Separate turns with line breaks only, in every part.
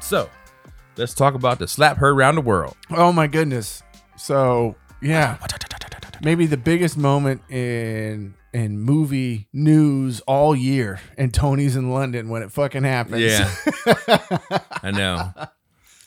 So let's talk about the slap her around the world.
Oh my goodness. So yeah, maybe the biggest moment in in movie news all year, and Tony's in London when it fucking happens.
Yeah, I know.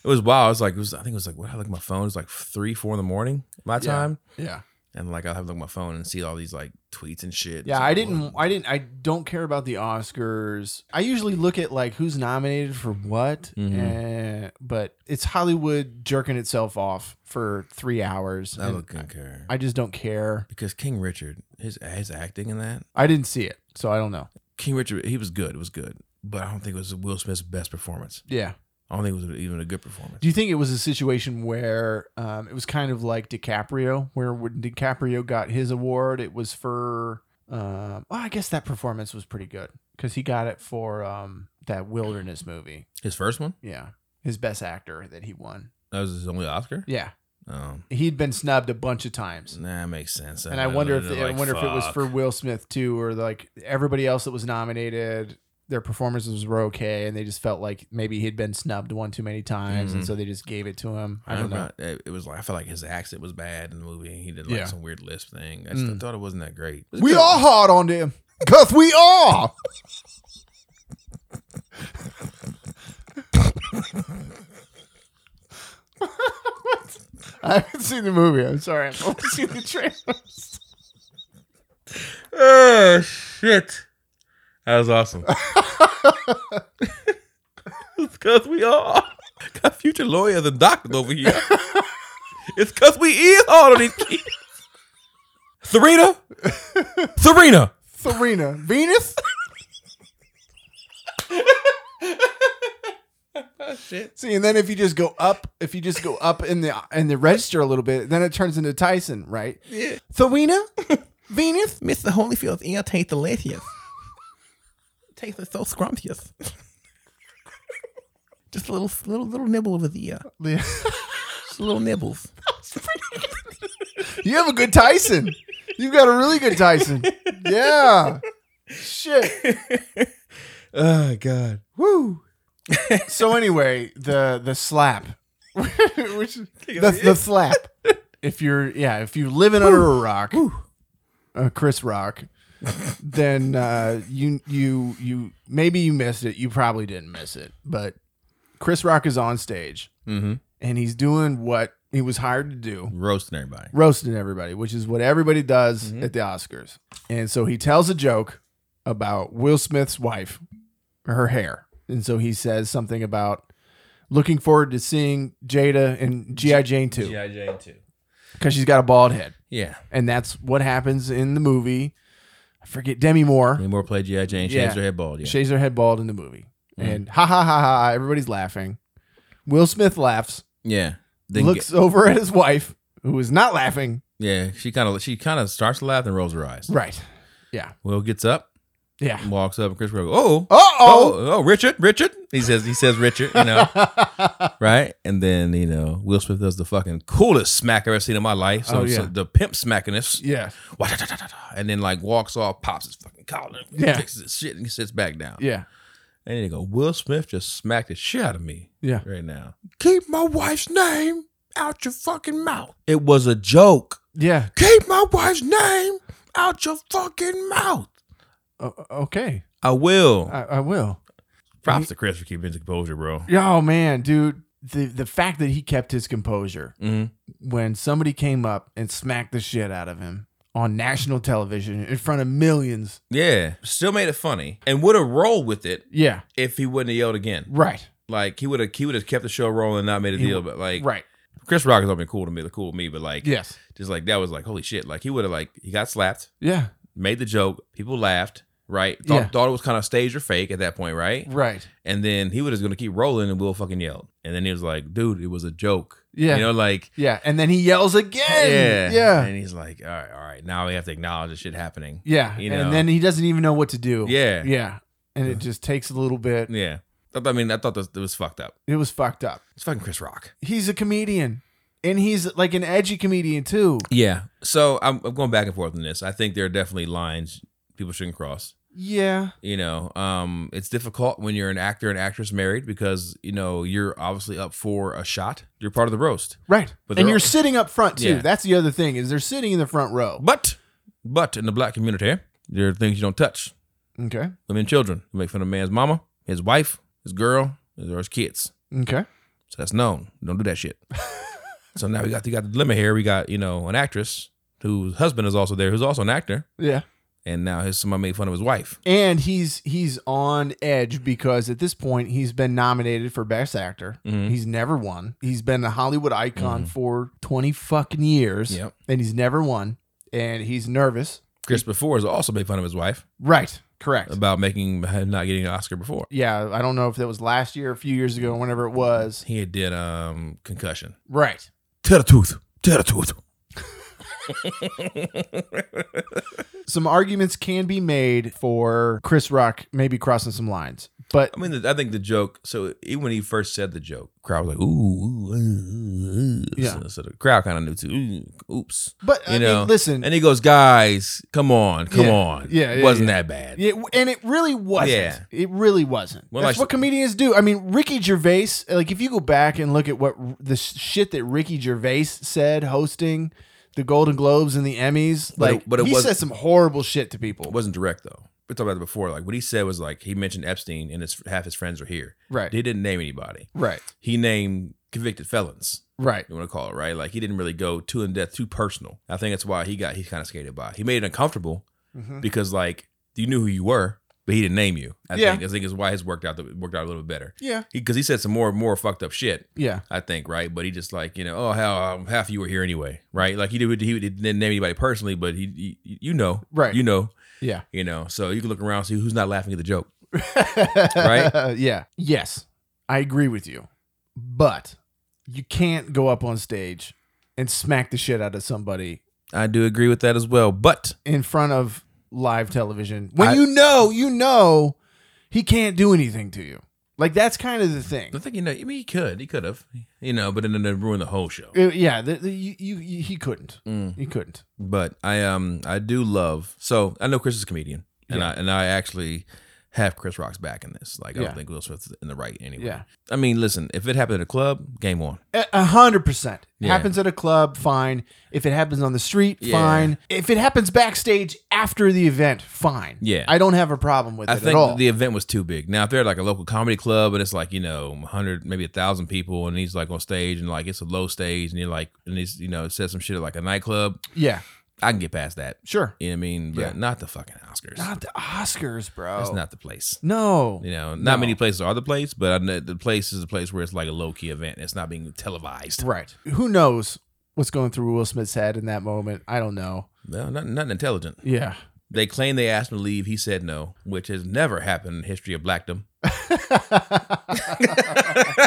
It was wild. It was like it was, I think it was like what I look at my phone. It was like three, four in the morning my
Yeah.
time,
yeah,
and like I'll have a look at my phone and see all these like tweets and shit.
yeah.
It's
I
like,
didn't.
what?
I didn't. I don't care about the Oscars. I usually look at like who's nominated for what,
Mhm.
and- but it's Hollywood jerking itself off for three hours.
I
and
would concur
I just don't care.
because King Richard, his his acting in that
I didn't see it, so I don't know.
King Richard, he was good. It was good, but I don't think it was Will Smith's best performance.
Yeah.
I don't think it was even a good performance.
Do you think it was a situation where um, it was kind of like DiCaprio, where when DiCaprio got his award, it was for? Um, well, I guess that performance was pretty good because he got it for um, that wilderness movie.
his first one
Yeah, his best actor that he won.
that was his only Oscar.
Yeah,
Um,
he'd been snubbed a bunch of times,
that makes sense.
and I wonder if
Uh, they're
I
like,
wonder if it was
"Fuck."
for Will Smith too, or like everybody else that was nominated. Their performances were okay, and they just felt like maybe he'd been snubbed one too many times, and
Mhm.
so they just gave it to him.
I
I don't know.
remember It it was like I felt like his accent was bad in the movie. He did like
Yeah.
some weird lisp thing. I just
Mm.
thought it wasn't that great. It was
We
good.
are hard on them. Cause we are. I haven't seen the movie. I'm sorry. I've only seen the trailers.
Oh shit! That was awesome. it's cause we are. Got future lawyers and doctors over here. it's cause we is hard on these kids. Serena, Serena.
Serena. Venus? Oh,
Shit.
See, and then if you just go up, if you just go up in the in the register a little bit, then it turns into Tyson, right?
Yeah.
Serena? Venus?
Mr. Holyfield's ear tastes delicious. tastes so scrumptious. Just a little, little, little nibble of his ear.
you
Just little nibbles.
have a good Tyson. You've got a really good Tyson. Yeah. Shit.
oh God.
Woo. so anyway, the the slap, which the, the slap. If you're yeah, if you're living under a rock, uh, Chris Rock, then uh, you you you maybe you missed it. You probably didn't miss it, but Chris Rock is on stage
Mm-hmm.
and he's doing what he was hired to do,
Roasting everybody.
roasting everybody, which is what everybody does
Mhm.
at the Oscars. And so he tells a joke about Will Smith's wife, her hair. And so he says something about looking forward to seeing Jada and G.I. Jane 2
Jane too.
because she's got a bald head.
Yeah.
And that's what happens in the movie. I forget Demi Moore
We more play GI Jane. She
Yeah.
has her head bald. Yeah. Mm-hmm.
shaves her head bald in the movie. And ha ha ha ha, everybody's laughing. Will Smith laughs,
yeah. Then
looks over at his wife, who is not laughing.
get- yeah. She kind of she kind of starts to laugh and rolls her eyes.
Right.
Will gets up,
Yeah.
walks up, and Chris Rock. Oh.
Uh oh.
Oh, oh, Richard, Richard. He says, he says, Richard, you know, right? And then, you know, Will Smith does the fucking coolest smack I've ever seen in my life. So,
Oh, yeah.
so the pimp smacking this.
yeah.
Wah-da-da-da-da-da. and then like walks off, pops his fucking collar,
Yeah.
fixes his shit, and he sits back down.
Yeah.
And then they go, Will Smith just smacked the shit out of me.
Yeah.
Right now. Keep my wife's name out your fucking mouth. It was a joke.
Yeah.
Keep my wife's name out your fucking mouth.
O- okay.
I will.
I, I will.
Props to Chris for keeping his composure, bro.
Oh man, dude. The the fact that he kept his composure
Mm-hmm.
when somebody came up and smacked the shit out of him on national television in front of millions.
Yeah. Still made it funny and would have rolled with it
Yeah.
if he wouldn't have yelled again.
Right.
Like he would have he would have kept the show rolling and not made a
He
deal.
would-
But like
Right.
Chris Rock has always been cool to me, cool with me, but like
Yes.
just like that was like holy shit. Like he would have like he got slapped.
Yeah.
made the joke. People laughed, right? Thought,
Yeah.
thought it was kind of staged or fake at that point, right?
Right.
And then he was just gonna keep rolling, and Will fucking yelled. And then he was like, "Dude, it was a joke."
Yeah.
you know, like
Yeah. And then he yells
yeah,
again. Yeah.
And he's like, "All right, all right, now we have to acknowledge this shit happening."
Yeah.
You know.
And then he doesn't even know what to do.
Yeah, yeah.
Yeah. And it just takes a little bit.
I thought- I mean, I thought this, it was fucked up.
It was fucked up.
It's fucking Chris Rock.
He's a comedian. And he's like an edgy comedian too.
Yeah. So I'm, I'm going back and forth on this. I think there are definitely lines people shouldn't cross.
Yeah.
you know um it's difficult when you're an actor and actress married because you know you're obviously up for a shot you're part of the roast
Right.
But
and
they're
you're
all-
sitting up front too.
Yeah.
That's the other thing is they're sitting in the front row.
but but in the black community there are things you don't touch
Okay.
women and children you make fun of a man's mama his wife his girl or his kids
Okay.
so that's known don't do that shit so now we got we got the dilemma here we got you know an actress whose husband is also there who's also an actor
Yeah.
and now his somebody made fun of his wife
And he's he's on edge because at this point he's been nominated for best actor.
Mhm.
He's never won. He's been a Hollywood icon
Mhm.
for 20 fucking years
Yep.
and he's never won and he's nervous.
chris before has also made fun of his wife
Right. Correct.
about making not getting an oscar before
yeah, I don't know if that was last year, a few years ago, whenever it was.
he did um concussion
Right.
Tear a tooth. Tear a tooth.
Some arguments can be made for Chris Rock maybe crossing some lines. But
I mean, the- I think the joke. So even when he first said the joke, crowd was like, "Ooh, ooh, ooh, ooh."
Yeah.
So, so the crowd kind of knew too. Ooh, oops.
but I
You
mean,
know,
listen,
And he goes, "Guys, come on, come
Yeah.
on.
Yeah,
it
yeah,
wasn't that bad."
Yeah, w- and it really wasn't.
Yeah.
It really wasn't.
Well, I
That's
s-
what comedians do. I mean, Ricky Gervais, like if you go back and look at what r- the sh- shit that Ricky Gervais said hosting the Golden Globes and the Emmys,
But it-
like
but it
he
was-
said some horrible shit to people.
It wasn't direct though. We talked about it before. Like what he said was like he mentioned Epstein and his half his friends were here.
right.
He didn't name anybody.
right.
He named convicted felons.
Right.
You want to call it right? Like he didn't really go too in depth, too personal. I think that's why he got he kind of skated by. He made it uncomfortable,
Mhm.
because like you knew who you were, but he didn't name you. I
Yeah.
think I think is why his worked out the, worked out a little bit better.
Yeah.
Because he, said some more more fucked up shit,
Yeah.
I think, right? But he just like you know, oh hell, um, half of you were here anyway, right? Like he did he didn't name anybody personally, but he, he you know,
Right.
You know,
Yeah.
you know. So you can look around and see who's not laughing at the joke.
right. Yeah. Yes. I agree with you. But you can't go up on stage and smack the shit out of somebody
I do agree with that as well, but
in front of live television when
I-
you know you know he can't do anything to you like that's kind of the thing
I think you know. I mean, he could, he could have, you know, but then then it ruined the whole show.
Uh, yeah the, the, you, you, you- he couldn't
Mm.
he couldn't
but I um I do love so I know Chris is a comedian and
Yeah.
I and I actually have Chris Rock's back in this. Like I
Yeah.
don't think Will Smith's in the right anyway.
yeah
I mean, listen, if it happened at a club, game on.
A- a hundred percent
Yeah.
happens at a club fine if it happens on the street
Yeah.
fine if it happens backstage after the event fine
Yeah.
i don't have a problem with
I
it
think
at all
the event was too big. Now if they're like a local comedy club and it's like, you know, hundred, maybe a thousand people and he's like on stage and like it's a low stage and you're like and he's you know, says some shit at like a nightclub,
yeah
I can get past that.
sure
You know what I mean? But
Yeah.
not the fucking Oscars.
not the oscars bro
That's not the place.
no
You know, not
No.
many places are the place, but I know the place is a place where it's like a low key event. It's not being televised.
right who knows what's going through will smith's head in that moment i don't know
No, not, nothing intelligent.
yeah
They claim they asked him to leave. He said no, which has never happened in the history of blackdom.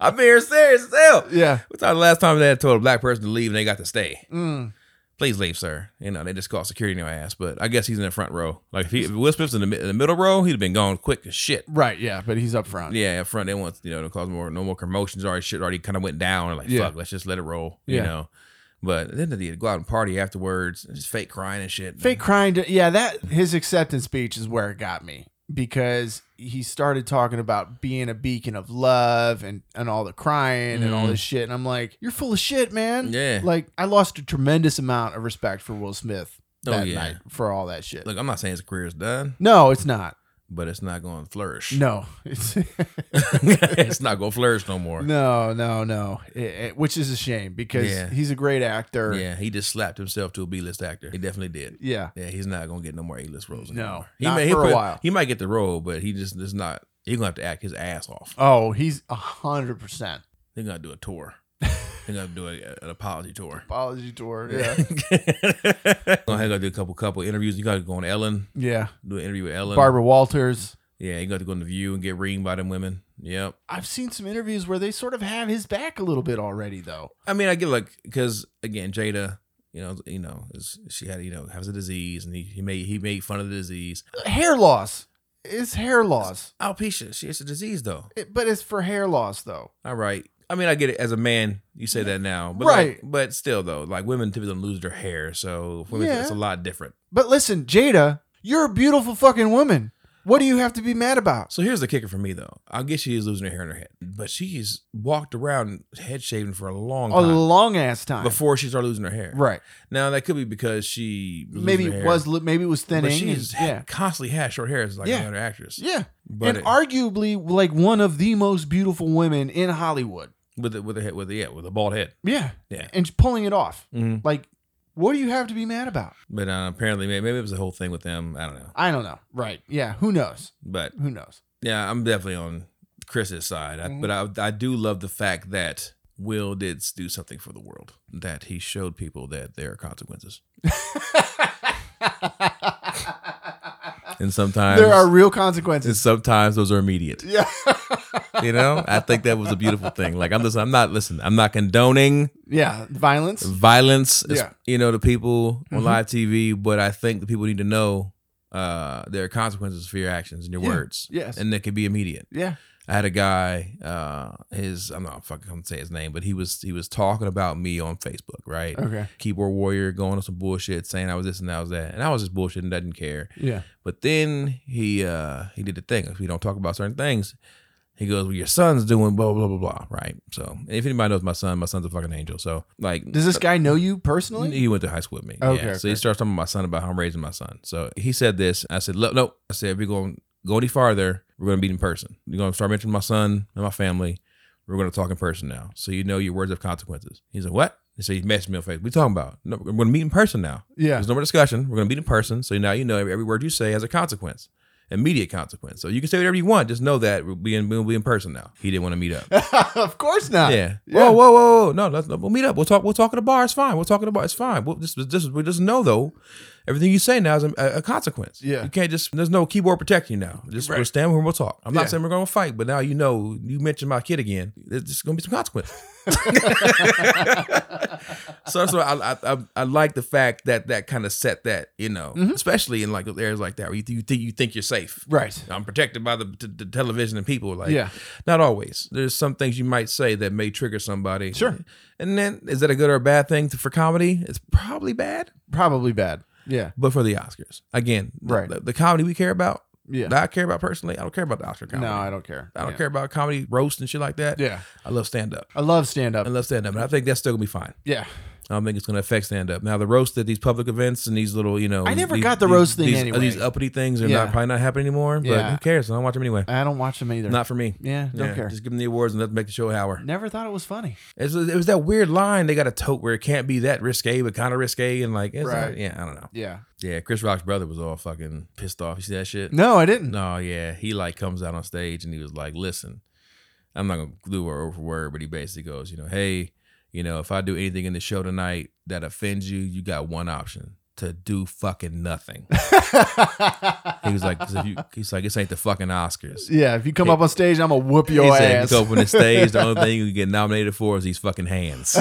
I'm being serious as hell.
yeah.
What's the last time they had told a black person to leave and they got to stay?
mm.
Please leave, sir. You know, they just called security in their ass, but I guess he's in the front row. Like, if, he, if Will Smith's in the, mi- in the middle row, he'd have been gone quick as shit.
Right. Yeah. But he's up front.
Yeah, up front they want you know to cause more no more commotions. Already shit already kind of went down. Like
Yeah.
fuck, let's just let it roll.
Yeah.
You know, but then they go out and party afterwards. and Just fake crying and shit.
Fake crying. To, yeah. That his acceptance speech is where it got me because he started talking about being a beacon of love and and all the crying and all
Mhm.
this shit. And I'm like, you're full of shit, man.
Yeah.
Like I lost a tremendous amount of respect for Will Smith
Oh,
that
yeah.
night for all that shit.
Look, I'm not saying his career is done,
no, it's not.
but it's not going to flourish.
No, it's
it's not going to flourish no more.
no, no, no. It- it- which is a shame because
Yeah.
he's a great actor.
Yeah, he just slapped himself to a B-list actor. He definitely did.
yeah.
Yeah, he's not going to get no more A-list roles.
No,
anymore.
not
he'll
for a
probably-
while.
He might get the role, but he just is not. He's gonna have to act his ass off.
Oh, he's a hundred percent.
They're gonna do a tour. They're gonna do a, an apology tour.
apology tour.
Yeah.
Yeah.
gonna have to do a couple couple interviews. You gotta go on Ellen,
yeah.
do an interview with Ellen.
Barbara Walters.
Yeah, you got to go on the View and get ringed by them women. Yep.
I've seen some interviews where they sort of have his back a little bit already, though.
I mean, I get like because again, Jada, you know, you know, is, she had you know has a disease, and he, he made he made fun of the disease.
Hair loss. It's hair loss.
Alopecia, she has a disease though.
It- but it's for hair loss, though.
All right. I mean, I get it as a man. You say that now, but
Right.
Like, but still, though, like women typically don't lose their hair, so for women,
Yeah.
it's a lot different.
But listen, Jada, You're a beautiful fucking woman. What do you have to be mad about?
So here's the kicker for me though. I guess she is losing her hair in her head, but she's walked around head shaving for a long
A
time
long ass time.
before she started losing her hair.
right.
Now that could be because she was losing
Maybe
her hair,
it was li- maybe it was
but
thinning.
she's
and- yeah.
constantly had short hair. It's like
Yeah.
another actress.
Yeah.
But
and
it-
arguably like one of the most beautiful women in Hollywood.
with the, with the head with the, yeah with a bald head.
Yeah.
Yeah.
And she's pulling it off.
Mm-hmm.
Like, what do you have to be mad about?
But uh, apparently, maybe, maybe it was the whole thing with them. I don't know.
I don't know. Right. Yeah. Who knows?
But
Who knows?
yeah, I'm definitely on Chris's side. I,
Mhm.
But I, I do love the fact that Will did do something for the world. That he showed people that there are consequences, and sometimes
there are real
and
consequences.
sometimes those are immediate.
Yeah.
You know, I think that was a beautiful thing. Like I'm just, I'm not listen. I'm not condoning
yeah. Violence.
violence. is-
Yeah.
you know, to people on
Mhm.
live TV. But I think the people need to know uh, there are consequences for your actions and your
Yeah.
words,
Yes.
and they could be immediate.
yeah.
I had a guy, uh, his I'm not fucking gonna say his name, but he was he was talking about me on Facebook, right?
Okay.
Keyboard warrior going on some bullshit, saying I was this and I was that, and I was just bullshitting, didn't care.
Yeah.
But then he uh he did the thing. If we don't talk about certain things, he goes, Well, your son's doing blah blah blah blah, right? So and if anybody knows my son, my son's a fucking angel. So like
Does this guy know you personally?
he went to high school with me.
Okay,
yeah. So he
okay.
starts talking about my son about how I'm raising my son. So he said this. I said, Look, no. I said, if you're going to go any farther, we're going to meet in person. You're going to start mentioning my son and my family. We're going to talk in person now. So you know your words have consequences. He's like, What? And so he messaged me on Facebook. We talking about? No, we're going to meet in person now.
Yeah.
There's no more discussion. We're going to meet in person. So now you know every, every word you say has a consequence, immediate consequence. So you can say whatever you want. Just know that we'll be in, we'll be in person now. He didn't want to meet up.
of course not.
Yeah.
Yeah.
Whoa, whoa, whoa, whoa. No, let's, we'll meet up. We'll talk. We'll talk at a bar. It's fine. We'll talk at a bar. It's fine. We'll, this, this, we just know though, everything you say now is a, a consequence.
Yeah.
You can't just. There's no keyboard protecting you now. Just we'll
Right.
stand where we'll talk. I'm
Yeah.
not saying we're gonna fight, but now you know. You mentioned my kid again. There's just gonna be some consequence. so so I, I I I like the fact that that kind of set that you know,
Mm-hmm.
especially in like areas like that where you, th- you think you think you're safe.
Right.
I'm protected by the, t- the television and people. Like,
Yeah.
not always. There's some things you might say that may trigger somebody.
Sure.
And then, is that a good or a bad thing to, for comedy? It's probably bad,
Probably bad. Yeah.
but for the Oscars, again, the-
Right.
The, the comedy we care about,
Yeah.
that I care about personally, I don't care about the Oscar comedy.
no, I don't care.
I don't
Yeah.
care about comedy roast and shit like that.
Yeah.
I love stand up.
I love stand
I
up.
love stand up, and I think that's still gonna be fine.
Yeah.
I don't think it's gonna affect stand up. Now the roast at these public events and these little, you know,
I never
these-
got the
these-
roast thing
These, uh,
anyway.
these uppity things are
Yeah.
not probably not happening anymore. But
Yeah.
who cares? I don't watch them anyway.
I don't watch them either.
Not for me.
yeah. Don't
Yeah,
care.
Just give them the awards and let's make the show an hour.
Never thought it was funny.
It's, it was that weird line they got a tote where it can't be that risque, but kind of risque and like, it's
Right.
like- yeah, I don't know.
Yeah.
Yeah, Chris Rock's brother was all fucking pissed off. You see that shit?
No, I didn't.
No, yeah, he like comes out on stage and he was like, "Listen, I'm not gonna glue word over word, but he basically goes, you know, hey, you know, if I do anything in the show tonight that offends you, you got one option." To do fucking nothing. He was like, 'cause if you, he's like, this ain't the fucking Oscars.
yeah. If you come up on stage, I'm gonna whoop your
he said,
ass.
you go up on the stage, the only thing you can get nominated for is these fucking hands.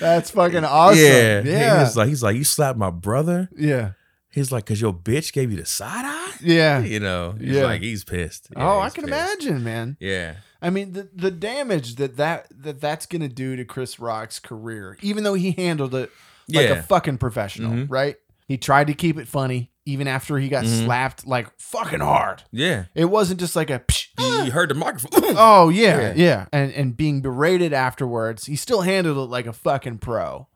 That's fucking awesome.
Yeah.
Yeah.
He's like, he's like, you slapped my brother.
yeah.
He's like, cause your bitch gave you the side eye.
Yeah.
You know. He's
Yeah.
like, he's pissed. Yeah,
oh, I
he's
can
pissed.
imagine, man.
Yeah.
I mean, the, the damage that, that that that's gonna do to Chris Rock's career, even though he handled it like
yeah.
a fucking professional,
Mhm.
right? He tried to keep it funny, even after he got
Mhm.
slapped like fucking hard.
yeah.
It wasn't just like a. Psh,
You
ah.
heard the microphone.
Oh yeah,
Yeah.
yeah, and and being berated afterwards, he still handled it like a fucking pro.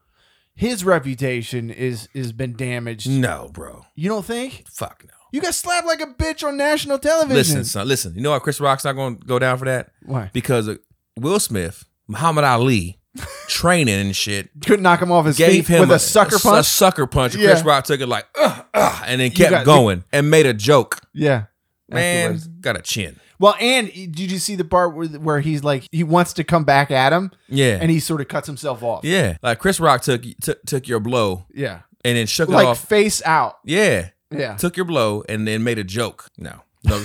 His reputation is is been damaged.
No, bro.
You don't think
Fuck no.
you got slapped like a bitch on national television?
Listen, son. Listen. You know why Chris Rock's not going to go down for that?
Why
Because uh, Will Smith, Muhammad Ali, training and shit,
couldn't knock him off his
gave
feet
him
with a, sucker
A,
punch?
sucker punch. and
Yeah.
Chris Rock took it like, ugh, ugh, and then
You
kept
got-
going and made a joke.
yeah,
Man,
Afterwards.
got a chin.
Well, and e, did you see the part where where he's like he wants to come back at him
Yeah.
and he sort of cuts himself off?
Yeah, like Chris Rock took took, took your blow
Yeah.
and then shook it
like
off.
face out.
Yeah,
Yeah.
took your blow and then made a joke. No, no,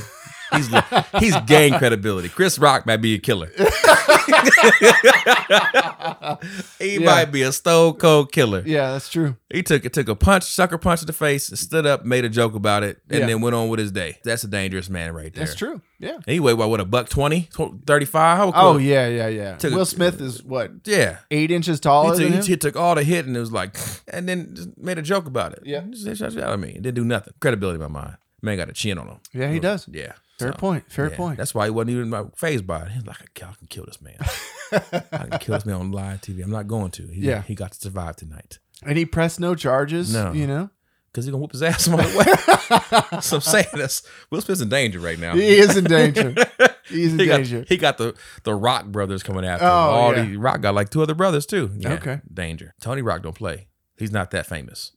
He's he's gained credibility. Chris Rock might be a killer. he
Yeah.
might be a stone cold killer.
Yeah, that's true.
He took it took a punch, sucker punch in the face, stood up, made a joke about it, and
Yeah.
then went on with his day. That's a dangerous man right there.
That's true. Yeah.
Anyway, what, what a buck 20, 35? How
Oh yeah, yeah, yeah.
Took a-
Will Smith is what
yeah.
eight inches taller
He
than
took,
him.
he took all the hit and it was like, and then just made a joke about it.
Yeah.
Just, just, I mean, it didn't do nothing. Credibility in my mind. Man got a chin on him.
yeah, he does.
Yeah.
Fair
So,
point. Fair
yeah.
point.
That's why he wasn't even like, phased by it. He's like, I can kill this man. I can kill this man on live TV. I'm not going to. He,
Yeah.
He got to survive tonight
And he pressed no charges.
No.
You know,
because he's going to whoop his ass some other way. so I'm saying that's Will Smith's in danger right now.
he is in danger. He's in
He got,
danger.
he got the the Rock brothers coming after him.
Oh,
All
yeah.
the Rock got like two other brothers too. Yeah,
Okay.
danger. Tony Rock don't play. He's not that famous.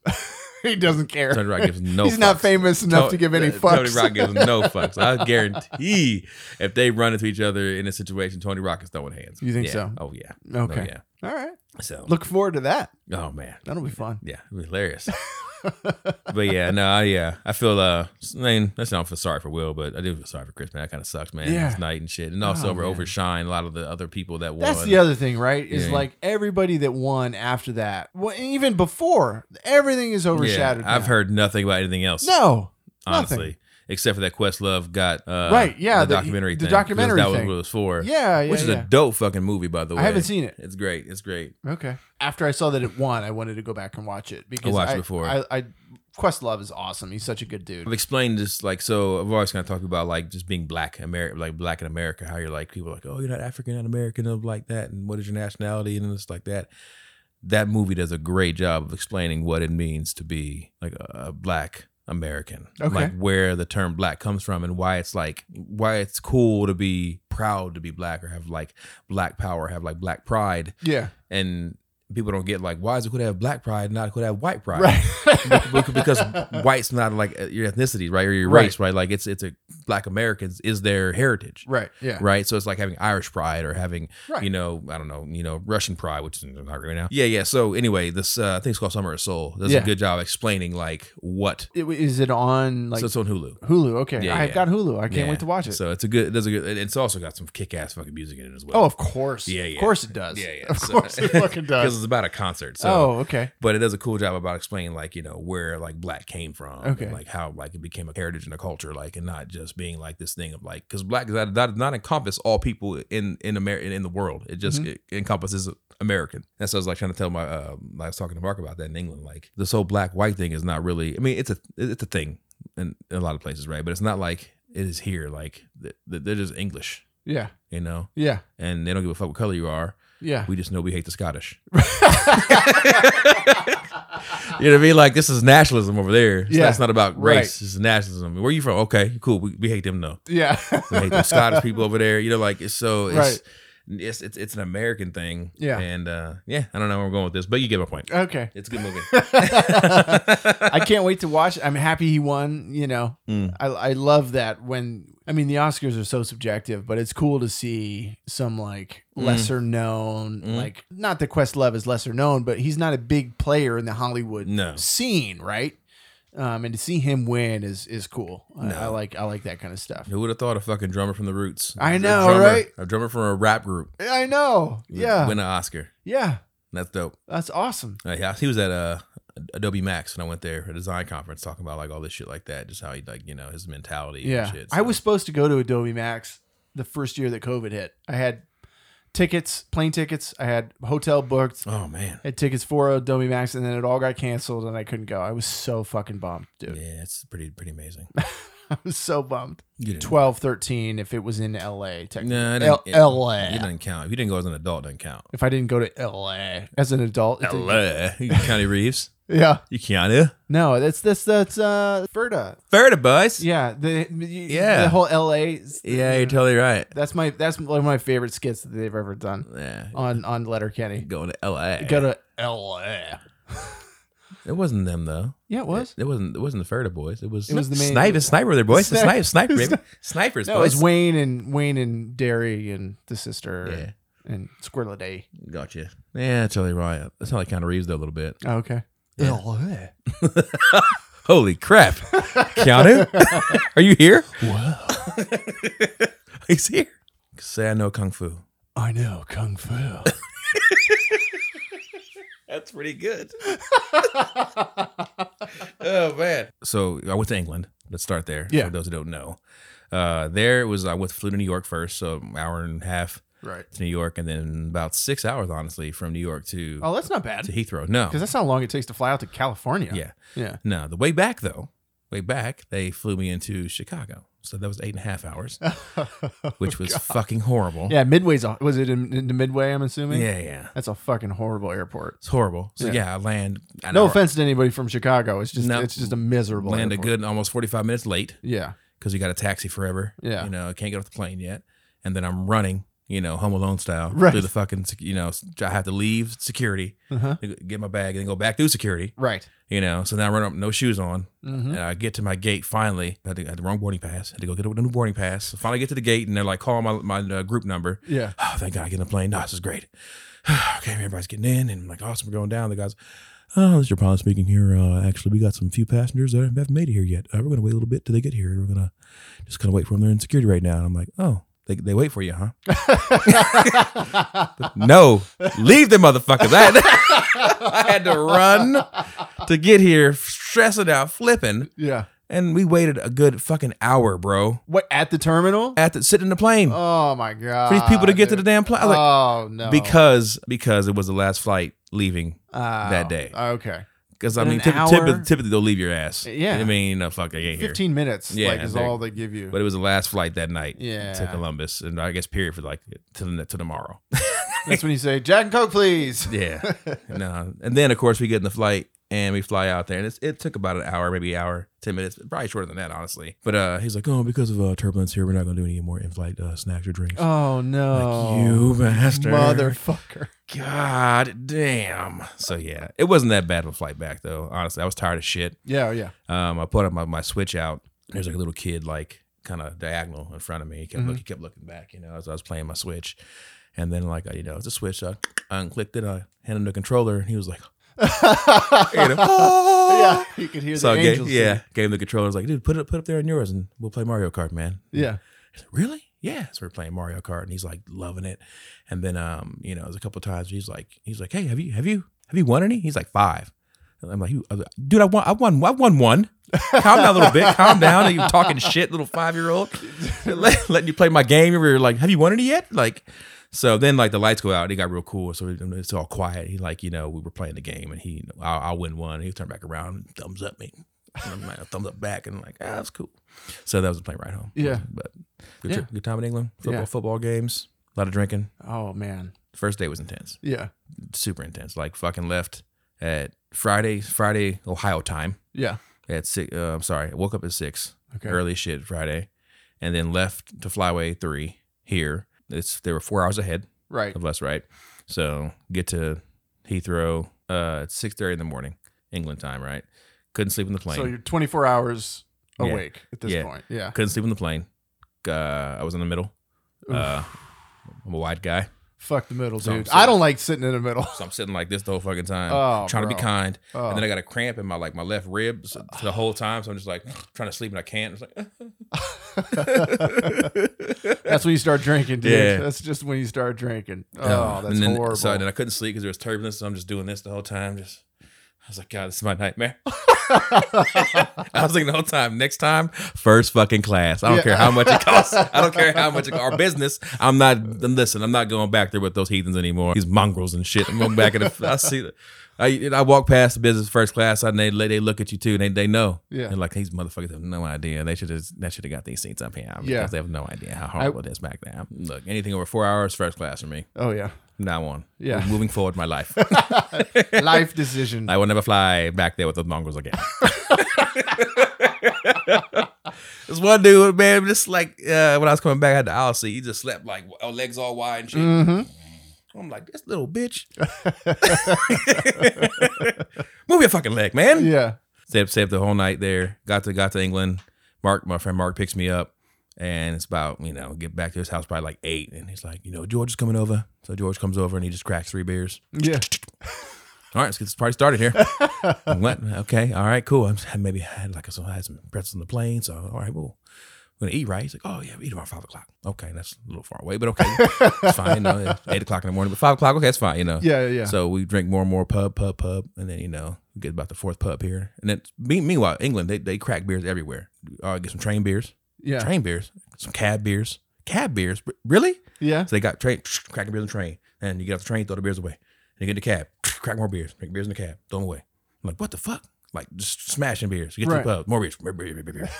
he doesn't care.
Tony Rock gives no.
He's not
fucks.
famous enough to
Tony-
give any
uh,
fucks.
Tony Rock gives no fucks. I guarantee if they run into each other in a situation, Tony Rock is throwing hands.
You think
Yeah.
so?
Oh yeah.
okay.
Oh, yeah.
All right.
So
Look forward to that.
oh man.
That'll be fun.
Yeah, it was hilarious. but yeah, no, I, yeah, I feel. Uh, I mean, that's not for sorry for Will, but I do feel sorry for Chris. Man, that kind of sucks, man.
Yeah.
His night and shit, and also
Oh,
over
man.
overshine a lot of the other people that won.
That's the other thing, right? Is
Yeah.
like everybody that won after that, well, even before, everything is overshadowed.
Yeah, I've
now.
heard nothing about anything else.
No,
honestly,
nothing.
except for that Questlove got uh,
Right, yeah,
the,
the-
documentary,
the
thing, 'cause
documentary
that was
thing.
what it was for.
Yeah, yeah,
which is
yeah.
a dope fucking movie, by the way.
I haven't seen it.
It's great. It's great.
Okay. After I saw that it won, I wanted to go back and watch it because
watched it before.
I, I Questlove is awesome. He's such a good dude.
I've explained this like so. I've always kind of talked about like just being black, America, like black in America. How you're like people are like, oh, you're not African, not American, of like that, and what is your nationality, and it's like that. That movie does a great job of explaining what it means to be like a, a black American,
Okay.
like where the term black comes from and why it's like why it's cool to be proud to be black or have like black power, have like black pride,
Yeah.
and people don't get like why is it cool to have black pride, and not cool to have white pride,
Right.
Bec- because white's not like uh, your ethnicity, right, or your
Right.
race, right? Like it's it's a black Americans is their heritage,
right. Yeah.
right? So it's like having Irish pride or having
Right.
you know I don't know you know Russian pride, which is not right now. Yeah, yeah. So anyway, this uh, I think it's called Summer of Soul. Does
Yeah.
a good job explaining like what.
It- is it on like
so it's on Hulu.
Hulu? Okay.
Yeah,
I've
yeah.
got Hulu. I can't
Yeah.
wait to watch it.
So it's a good. There's a good. and It's also got some kick-ass fucking music in it as well.
oh, of course.
Yeah, yeah.
Of course it does.
yeah, yeah.
Of course it fucking
Because
does.
it's about a concert. So.
oh, okay.
but it does a cool job about explaining like you know where like black came from
Okay.
and, like how like it became a heritage and a culture like and not just being like this thing of like because black is that does not encompass all people in in america in the world it just it encompasses american that's what i was like trying to tell my uh i was talking to mark about that in england like this whole black white thing is not really i mean it's a it's a thing in, in a lot of places right but it's not like it is here like th- th- they're just english
Yeah.
you know
Yeah.
and they don't give a fuck what color you are
Yeah.
we just know we hate the Scottish. you know what I mean? Like this is nationalism over there. It's,
Yeah.
not, it's not about
Right.
race. It's nationalism. Where you from? Okay, cool. We, we hate them though.
yeah.
We hate the Scottish people over there. You know, like it's so it's
Right.
it's, it's it's an American thing.
Yeah.
And uh yeah, I don't know where I'm going with this, but you get my point.
okay.
It's a good movie.
I can't wait to watch. it. I'm happy he won. You know,
Mm.
I, I love that when I mean the Oscars are so subjective, but it's cool to see some like
Mm.
lesser known,
Mm.
like not that Questlove is lesser known, but he's not a big player in the Hollywood
No.
scene, right? Um, and to see him win is is cool. I-
No.
I, like I like that kind of stuff.
Who would have thought a fucking drummer from the Roots?
I
A
know,
drummer-
right?
A drummer from a rap group.
I know.
would
Yeah.
Win an Oscar.
yeah.
That's dope.
That's awesome.
Uh, yeah, he was at uh, Adobe Max when I went there, a design conference, talking about like all this shit like that, just how he like you know his mentality.
Yeah.
and shit,
I
so.
was supposed to go to Adobe Max the first year that COVID hit. I had tickets, plane tickets, I had hotel booked,
Oh man.
I had tickets for Adobe Max, and then it all got canceled and I couldn't go. I was so fucking bummed, dude.
Yeah, it's pretty pretty amazing.
I was so bummed.
You didn't.
12, 13 if it was in LA, technically.
No, it
L-
didn't, it,
LA.
it doesn't count. If you didn't go as an adult, it doesn't count.
If I didn't go to LA as an adult, it didn't-
LA. You Keanu Reeves.
yeah,
You Keanu.
no, that's that's that's uh, Ferda.
Florida boys.
Yeah, the
Yeah.
the whole LA.
Yeah, you're totally right.
that's my that's one of my favorite skits that they've ever done
Yeah.
on on Letterkenny.
Going to LA.
Go to LA.
It wasn't them though.
Yeah, it was.
It wasn't. It wasn't the Florida boys. It was.
It was the main-
sniper. Sniper. Their boys.
Sni-
Sniper. Sniper. Baby. Snipers.
No, it was
boys.
Wayne and Wayne and Derry and the sister
Yeah.
and Squirreliday.
Gotcha. Yeah, totally right. That's how like Keanu Reeves though a little bit.
Oh, okay.
Yeah.
LA.
Holy crap. Keanu, are you here?
Wow.
He's here. Say I know kung fu.
I know kung fu.
That's pretty good. oh man. So I went to England. Let's start there.
Yeah.
For those who don't know, uh, there it was I went flew to New York first, so an hour and a half
right.
to New York, and then about six hours, honestly, from New York to
Oh, that's not
to
bad.
Heathrow. No.
Because that's how long it takes to fly out to California.
Yeah.
Yeah.
No. The way back though, way back they flew me into Chicago, so that was eight and a half hours, which was fucking horrible.
Oh, yeah. Midway's a, was it in, in the Midway? I'm assuming.
Yeah. Yeah.
That's a fucking horrible airport.
It's horrible. So
Yeah.
yeah, I land. an
No
hour-
offense to anybody from Chicago. It's just
No.
it's just a miserable
Land a
airport.
good almost forty five minutes late.
Yeah.
because you got a taxi forever.
Yeah.
You know, I can't get off the plane yet. And then I'm running, you know, Home Alone style
Right.
through the fucking, sec- you know, s- I have to leave security,
Uh-huh.
get my bag, and then go back through security,
Right.
you know. So now I run up, no shoes on.
Mm-hmm.
And I get to my gate finally. I had, to, I had the wrong boarding pass. had to go get a new boarding pass. So finally get to the gate, and they're like, call my, my uh, group number.
Yeah.
Oh, thank God I get in the plane. No, this is great. okay, everybody's getting in, and I'm like, awesome, we're going down. The guy's, oh, this is your pilot speaking here. Uh, actually, we got some few passengers that haven't made it here yet. Uh, we're going to wait a little bit till they get here, and we're going to just kind of wait for them. They're in security right now. And I'm like, oh, they, they wait for you, huh? no, leave the motherfuckers. I had, I had to run to get here, stressing out, flipping.
yeah.
And we waited a good fucking hour, bro,
What at the terminal?
at the, sitting in the plane
oh my god.
for these people to get to the damn plane. I was like,
oh no.
because because it was the last flight leaving.
Oh,
that day.
Okay.
Because I
In
mean,
an
typ-
hour?
typically, typically they'll leave your ass.
Yeah.
I mean, no, fuck, I ain't here.
Fifteen minutes.
Yeah,
like is
they're-
all they give you.
But it was the last flight that night to
Yeah.
Columbus, and I guess period for like to the to tomorrow.
That's when you say Jack and Coke, please.
yeah, no, and then of course we get in the flight and we fly out there, and it's, it took about an hour, maybe hour, ten minutes, probably shorter than that, honestly. But uh, he's like, oh, because of uh, turbulence here, we're not gonna do any more in-flight uh, snacks or drinks.
Oh no.
Like, you bastard,
motherfucker.
God damn. So yeah, it wasn't that bad of a flight back though. Honestly, I was tired of shit.
Yeah, yeah.
Um, I put up my, my switch out. There's like a little kid like kind of diagonal in front of me. He kept
Mhm.
look, he kept looking back, you know, as I was playing my switch. And then like I, you know, it's a switch. I, I unclicked it. I handed him the controller, and he was like, you know,
yeah, you could hear
So I
the
gave,
angels.
yeah, gave him the controller. I was like, dude, put it put up there on yours, and we'll play Mario Kart, man.
sing. Yeah.
He's like, really? Yeah. So we're playing Mario Kart, and he's like loving it. And then, um, you know, there's a couple times he's like, he's like, hey, have you, have you, have you won any? He's like five. And I'm like, "You- I was like, dude, I won, I won, I won one. Calm down a little bit. Calm down. Are you talking shit, little five year old? Letting you play my game. And we were like, have you won any yet? Like, so then like the lights go out. And he got real cool. So we- it's all quiet. He like, you know, we were playing the game, and he, I'll, I'll win one. He turned back around, thumbs up me, and I'm like, thumbs up back, and I'm like, ah, that's cool. So that was the plane right home.
Yeah.
but Good,
Yeah.
trip, good time in England. Football,
Yeah.
football games. A lot of drinking.
Oh man.
First day was intense,
Yeah.
super intense. Like fucking left at Friday, Friday Ohio time
Yeah.
at six. Uh, I'm sorry, I woke up at six,
Okay.
early as shit Friday, and then left to Flyway three here. It's they were four hours ahead
Right.
of us, right? So get to Heathrow uh, at six thirty in the morning, England time, right? Couldn't sleep in the plane.
So you're 24 hours
Yeah.
awake at this
Yeah.
point. Yeah.
Couldn't sleep in the plane. Uh, I was in the middle. Uh, I'm a wide guy.
Fuck the middle,
So I'm
dude.
sitting-
I don't like sitting in the middle.
So I'm sitting like this the whole fucking time,
Oh,
trying to be
bro.
kind,
Oh.
and then I got a cramp in my like my left rib so- the whole time. So I'm just like trying to sleep and I can't. It's like,
Oh. that's when you start drinking, dude.
Yeah.
That's just when you start drinking. Oh, that's
and then,
horrible.
So then I couldn't sleep because there was turbulence. So I'm just doing this the whole time. Just I was like, God, this is my nightmare. I was thinking the whole time. Next time, first fucking class. I don't
Yeah.
care how much it costs. I don't care how much it, our business. I'm not. Listen, I'm not going back there with those heathens anymore. These mongrels and shit. I'm going back in. The, I see. I, and I walk past the business first class, and they they look at you too. And they they know.
Yeah.
They're like these motherfuckers have no idea. They should have that should have got these seats up here.
Yeah.
Because they have no idea how horrible it is back there. Look, anything over four hours, first class for me
oh yeah.
now on.
Yeah.
Moving forward, my life.
Life decision.
I will never fly back there with the Mongols again. this one dude, man, just like uh, when I was coming back, I had the aisle seat. He just slept like w- legs all wide and shit.
Mhm.
I'm like, this little bitch. Move your fucking leg, man.
Yeah.
Stayed, stayed up the whole night there. Got to got to England. Mark, my friend Mark, picks me up, and it's about you know get back to his house by like eight, and he's like, you know, George is coming over. So George comes over and he just cracks three beers.
Yeah.
All right, let's get this party started here. I went, okay, all right, cool. I'm, maybe I had like some, I had some pretzels on the plane, so all right, well, We're gonna eat, right? He's like, oh yeah, we eat around five o'clock. Okay, that's a little far away, but okay, it's fine. You know, it's eight o'clock in the morning, but five o'clock, okay, that's fine. You know.
Yeah, yeah, yeah.
So we drink more and more pub, pub, pub, and then you know we get about the fourth pub here, and then me- meanwhile England they, they crack beers everywhere. Uh, get some train beers,
yeah.
train beers, some cab beers, cab beers. R- Really?
Yeah.
So they got train cracking beers in the train, and you get off the train, throw the beers away, and you get in the cab, crack more beers, drink beers in the cab, throw them away. I'm like, what the fuck? Like just smashing beers. You get
Right.
to the pub, more beers, more beer, beer, beer, beer.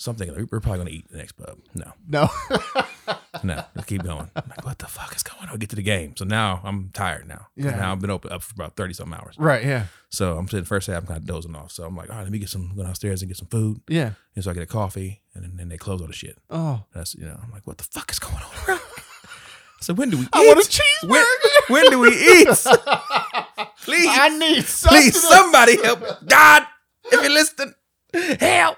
So I'm thinking like, we're probably gonna eat the next pub. No,
No.
no, let's keep going. I'm like, what the fuck is going on? Get to the game. So now I'm tired now. 'Cause
Yeah.
Now I've been open up for about thirty something hours.
right. Yeah.
So I'm sitting first half, I'm kind of dozing off. So I'm like, all right, let me get some go downstairs and get some food.
Yeah.
And so I get a coffee, and then, then they close all the shit.
Oh.
That's you know, I'm like, what the fuck is going on? Bro? So when do we?
I want a
eat? When, when do we eat? Please,
I need something.
please, somebody help us. God, if you listen, help.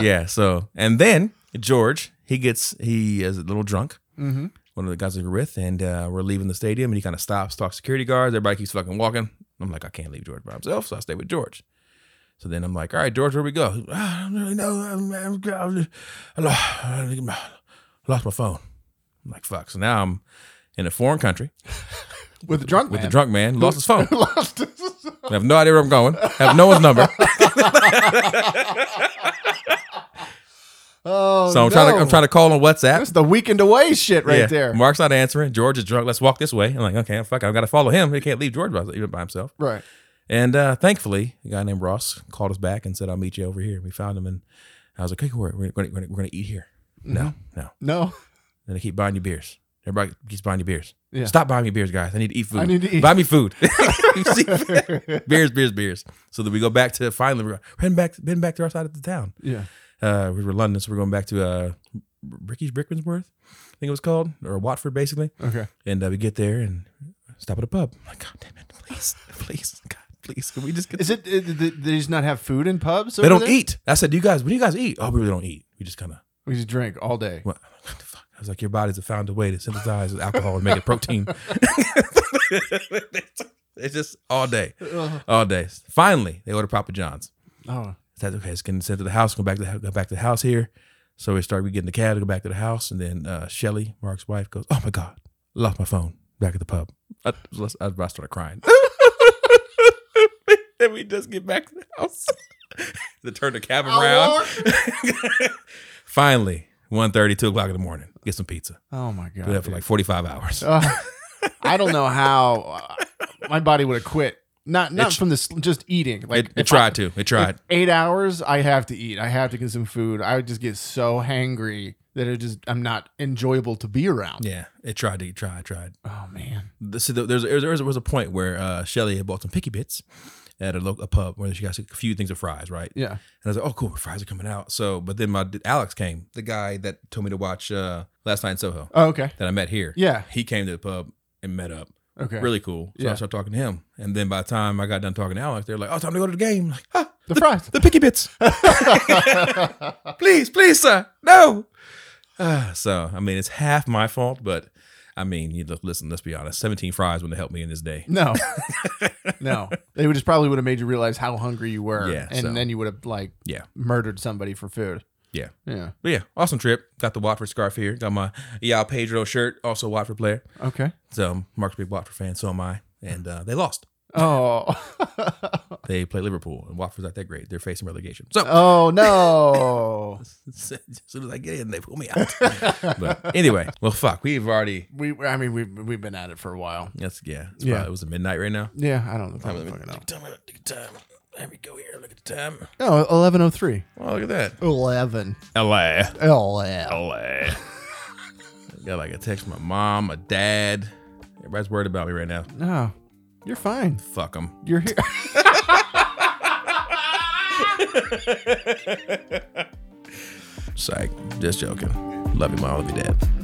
yeah. So and then George, he gets he is a little drunk.
Mm-hmm.
One of the guys we were with, and uh, we're leaving the stadium, and he kind of stops, talks security guards. Everybody keeps fucking walking. I'm like, I can't leave George by himself, so I stay with George. So then I'm like, all right, George, where we go? He's like, "Ah, I don't really know. I'm- I'm- I'm just- I lo- I think I lost my phone. I'm like, fuck. So now I'm in a foreign country
With the drunk
with
man.
the drunk man, lost his phone.
Lost his-
I have no idea where I'm going. I have no one's number.
oh.
So I'm trying to I'm trying to call on WhatsApp.
That's the weekend away shit right
Yeah.
there.
Mark's not answering. George is drunk. Let's walk this way. I'm like, okay, fuck. I've got to follow him. He can't leave George by, by himself.
Right.
And uh, thankfully, a guy named Ross called us back and said, "I'll meet you over here." We found him, and I was like, "Okay, we're we're gonna, we're gonna, we're gonna eat here."
Mm-hmm.
No, no.
No.
And they keep buying you beers. Everybody keeps buying you beers.
Yeah.
Stop buying me beers, guys. I need to eat food.
I need to eat.
Buy me food. You see? beers, beers, beers. So then we go back to finally we're heading back, heading back to our side of the town.
yeah.
Uh, we were in London, so we're going back to uh, Ricky's Brickmansworth, I think it was called, or Watford, basically.
Okay.
And uh, we get there and stop at a pub. I'm like, God damn it, please, please, God, please, can we just get
Is it? uh, th- They just not have food in pubs?
they
over
don't
there?
eat. I said, "Do you guys? What do you guys eat?" Oh, we really don't eat. We just kind of.
We just drink all day.
What, what the fuck? I was like, "Your bodies have found a way to synthesize with alcohol and make it protein." it's just all day,
Ugh.
all day. Finally, they order Papa John's.
Oh.
I said, "Okay, it's getting sent to the house. Go back to the, go back to the house here." So we start. We get in the cab to go back to the house, and then uh, Shelly, Mark's wife, goes, "Oh my god, lost my phone back at the pub." I, I, I started crying. and we just get back to the house. they turn the cab around. Finally, 1.30, 2 o'clock in the morning. Get some pizza.
Oh my god.
Do that for like 45 hours.
Uh, I don't know how uh, my body would have quit. Not not
It-
from this just eating.
it,
Like
it
if
tried to. It tried.
eight hours, I have to eat. I have to consume food. I would just get so hangry that it just I'm not enjoyable to be around.
yeah, it tried to. It tried, tried.
Oh man.
The- So there's, there's, there was a point where uh, Shelly had bought some picky bits at a, local, a pub where she got a few things of fries, right?
Yeah.
And I was like, oh, cool, fries are coming out. So, but then my Alex came, the guy that told me to watch uh, Last Night in Soho
Oh, okay.
that I met here.
Yeah.
He came to the pub and met up.
Okay.
Really cool. So
Yeah.
I started talking to him. And then by the time I got done talking to Alex, they were like, oh, time to go to the game. I'm like, huh,
The fries.
the picky bits. please, please, sir, no. Ah, so, I mean, it's half my fault, but I mean, you look, listen, let's be honest. 17 fries wouldn't help me in this day.
No. no. They would just probably would have made you realize how hungry you were.
Yeah,
and
so-
then you would have like
Yeah.
murdered somebody for food.
Yeah.
Yeah.
But yeah, awesome trip. Got the Watford scarf here. Got my Yao Pedro shirt, also Watford player.
Okay.
So, Mark's a big Watford fan, so am I. And uh, they lost.
Oh.
They play Liverpool, and Watford's not that great. They're facing relegation. So,
oh no.
as soon as I get in, they pull me out. but anyway, well, fuck, we've already.
We, I mean, we've we've been at it for a while.
That's, yeah, it's
Yeah.
Probably, it was midnight right now.
Yeah, I don't, I don't fucking know.
Time, look at the time. There we go here. Look at the time.
No, eleven oh three.
Oh, look at that.
Eleven.
LA.
Eleven.
LA. Got like a text from my mom, my dad. Everybody's worried about me right now.
No, you're fine.
Fuck them.
You're here.
Psych. Just joking. Love you, mom. Love you, dad.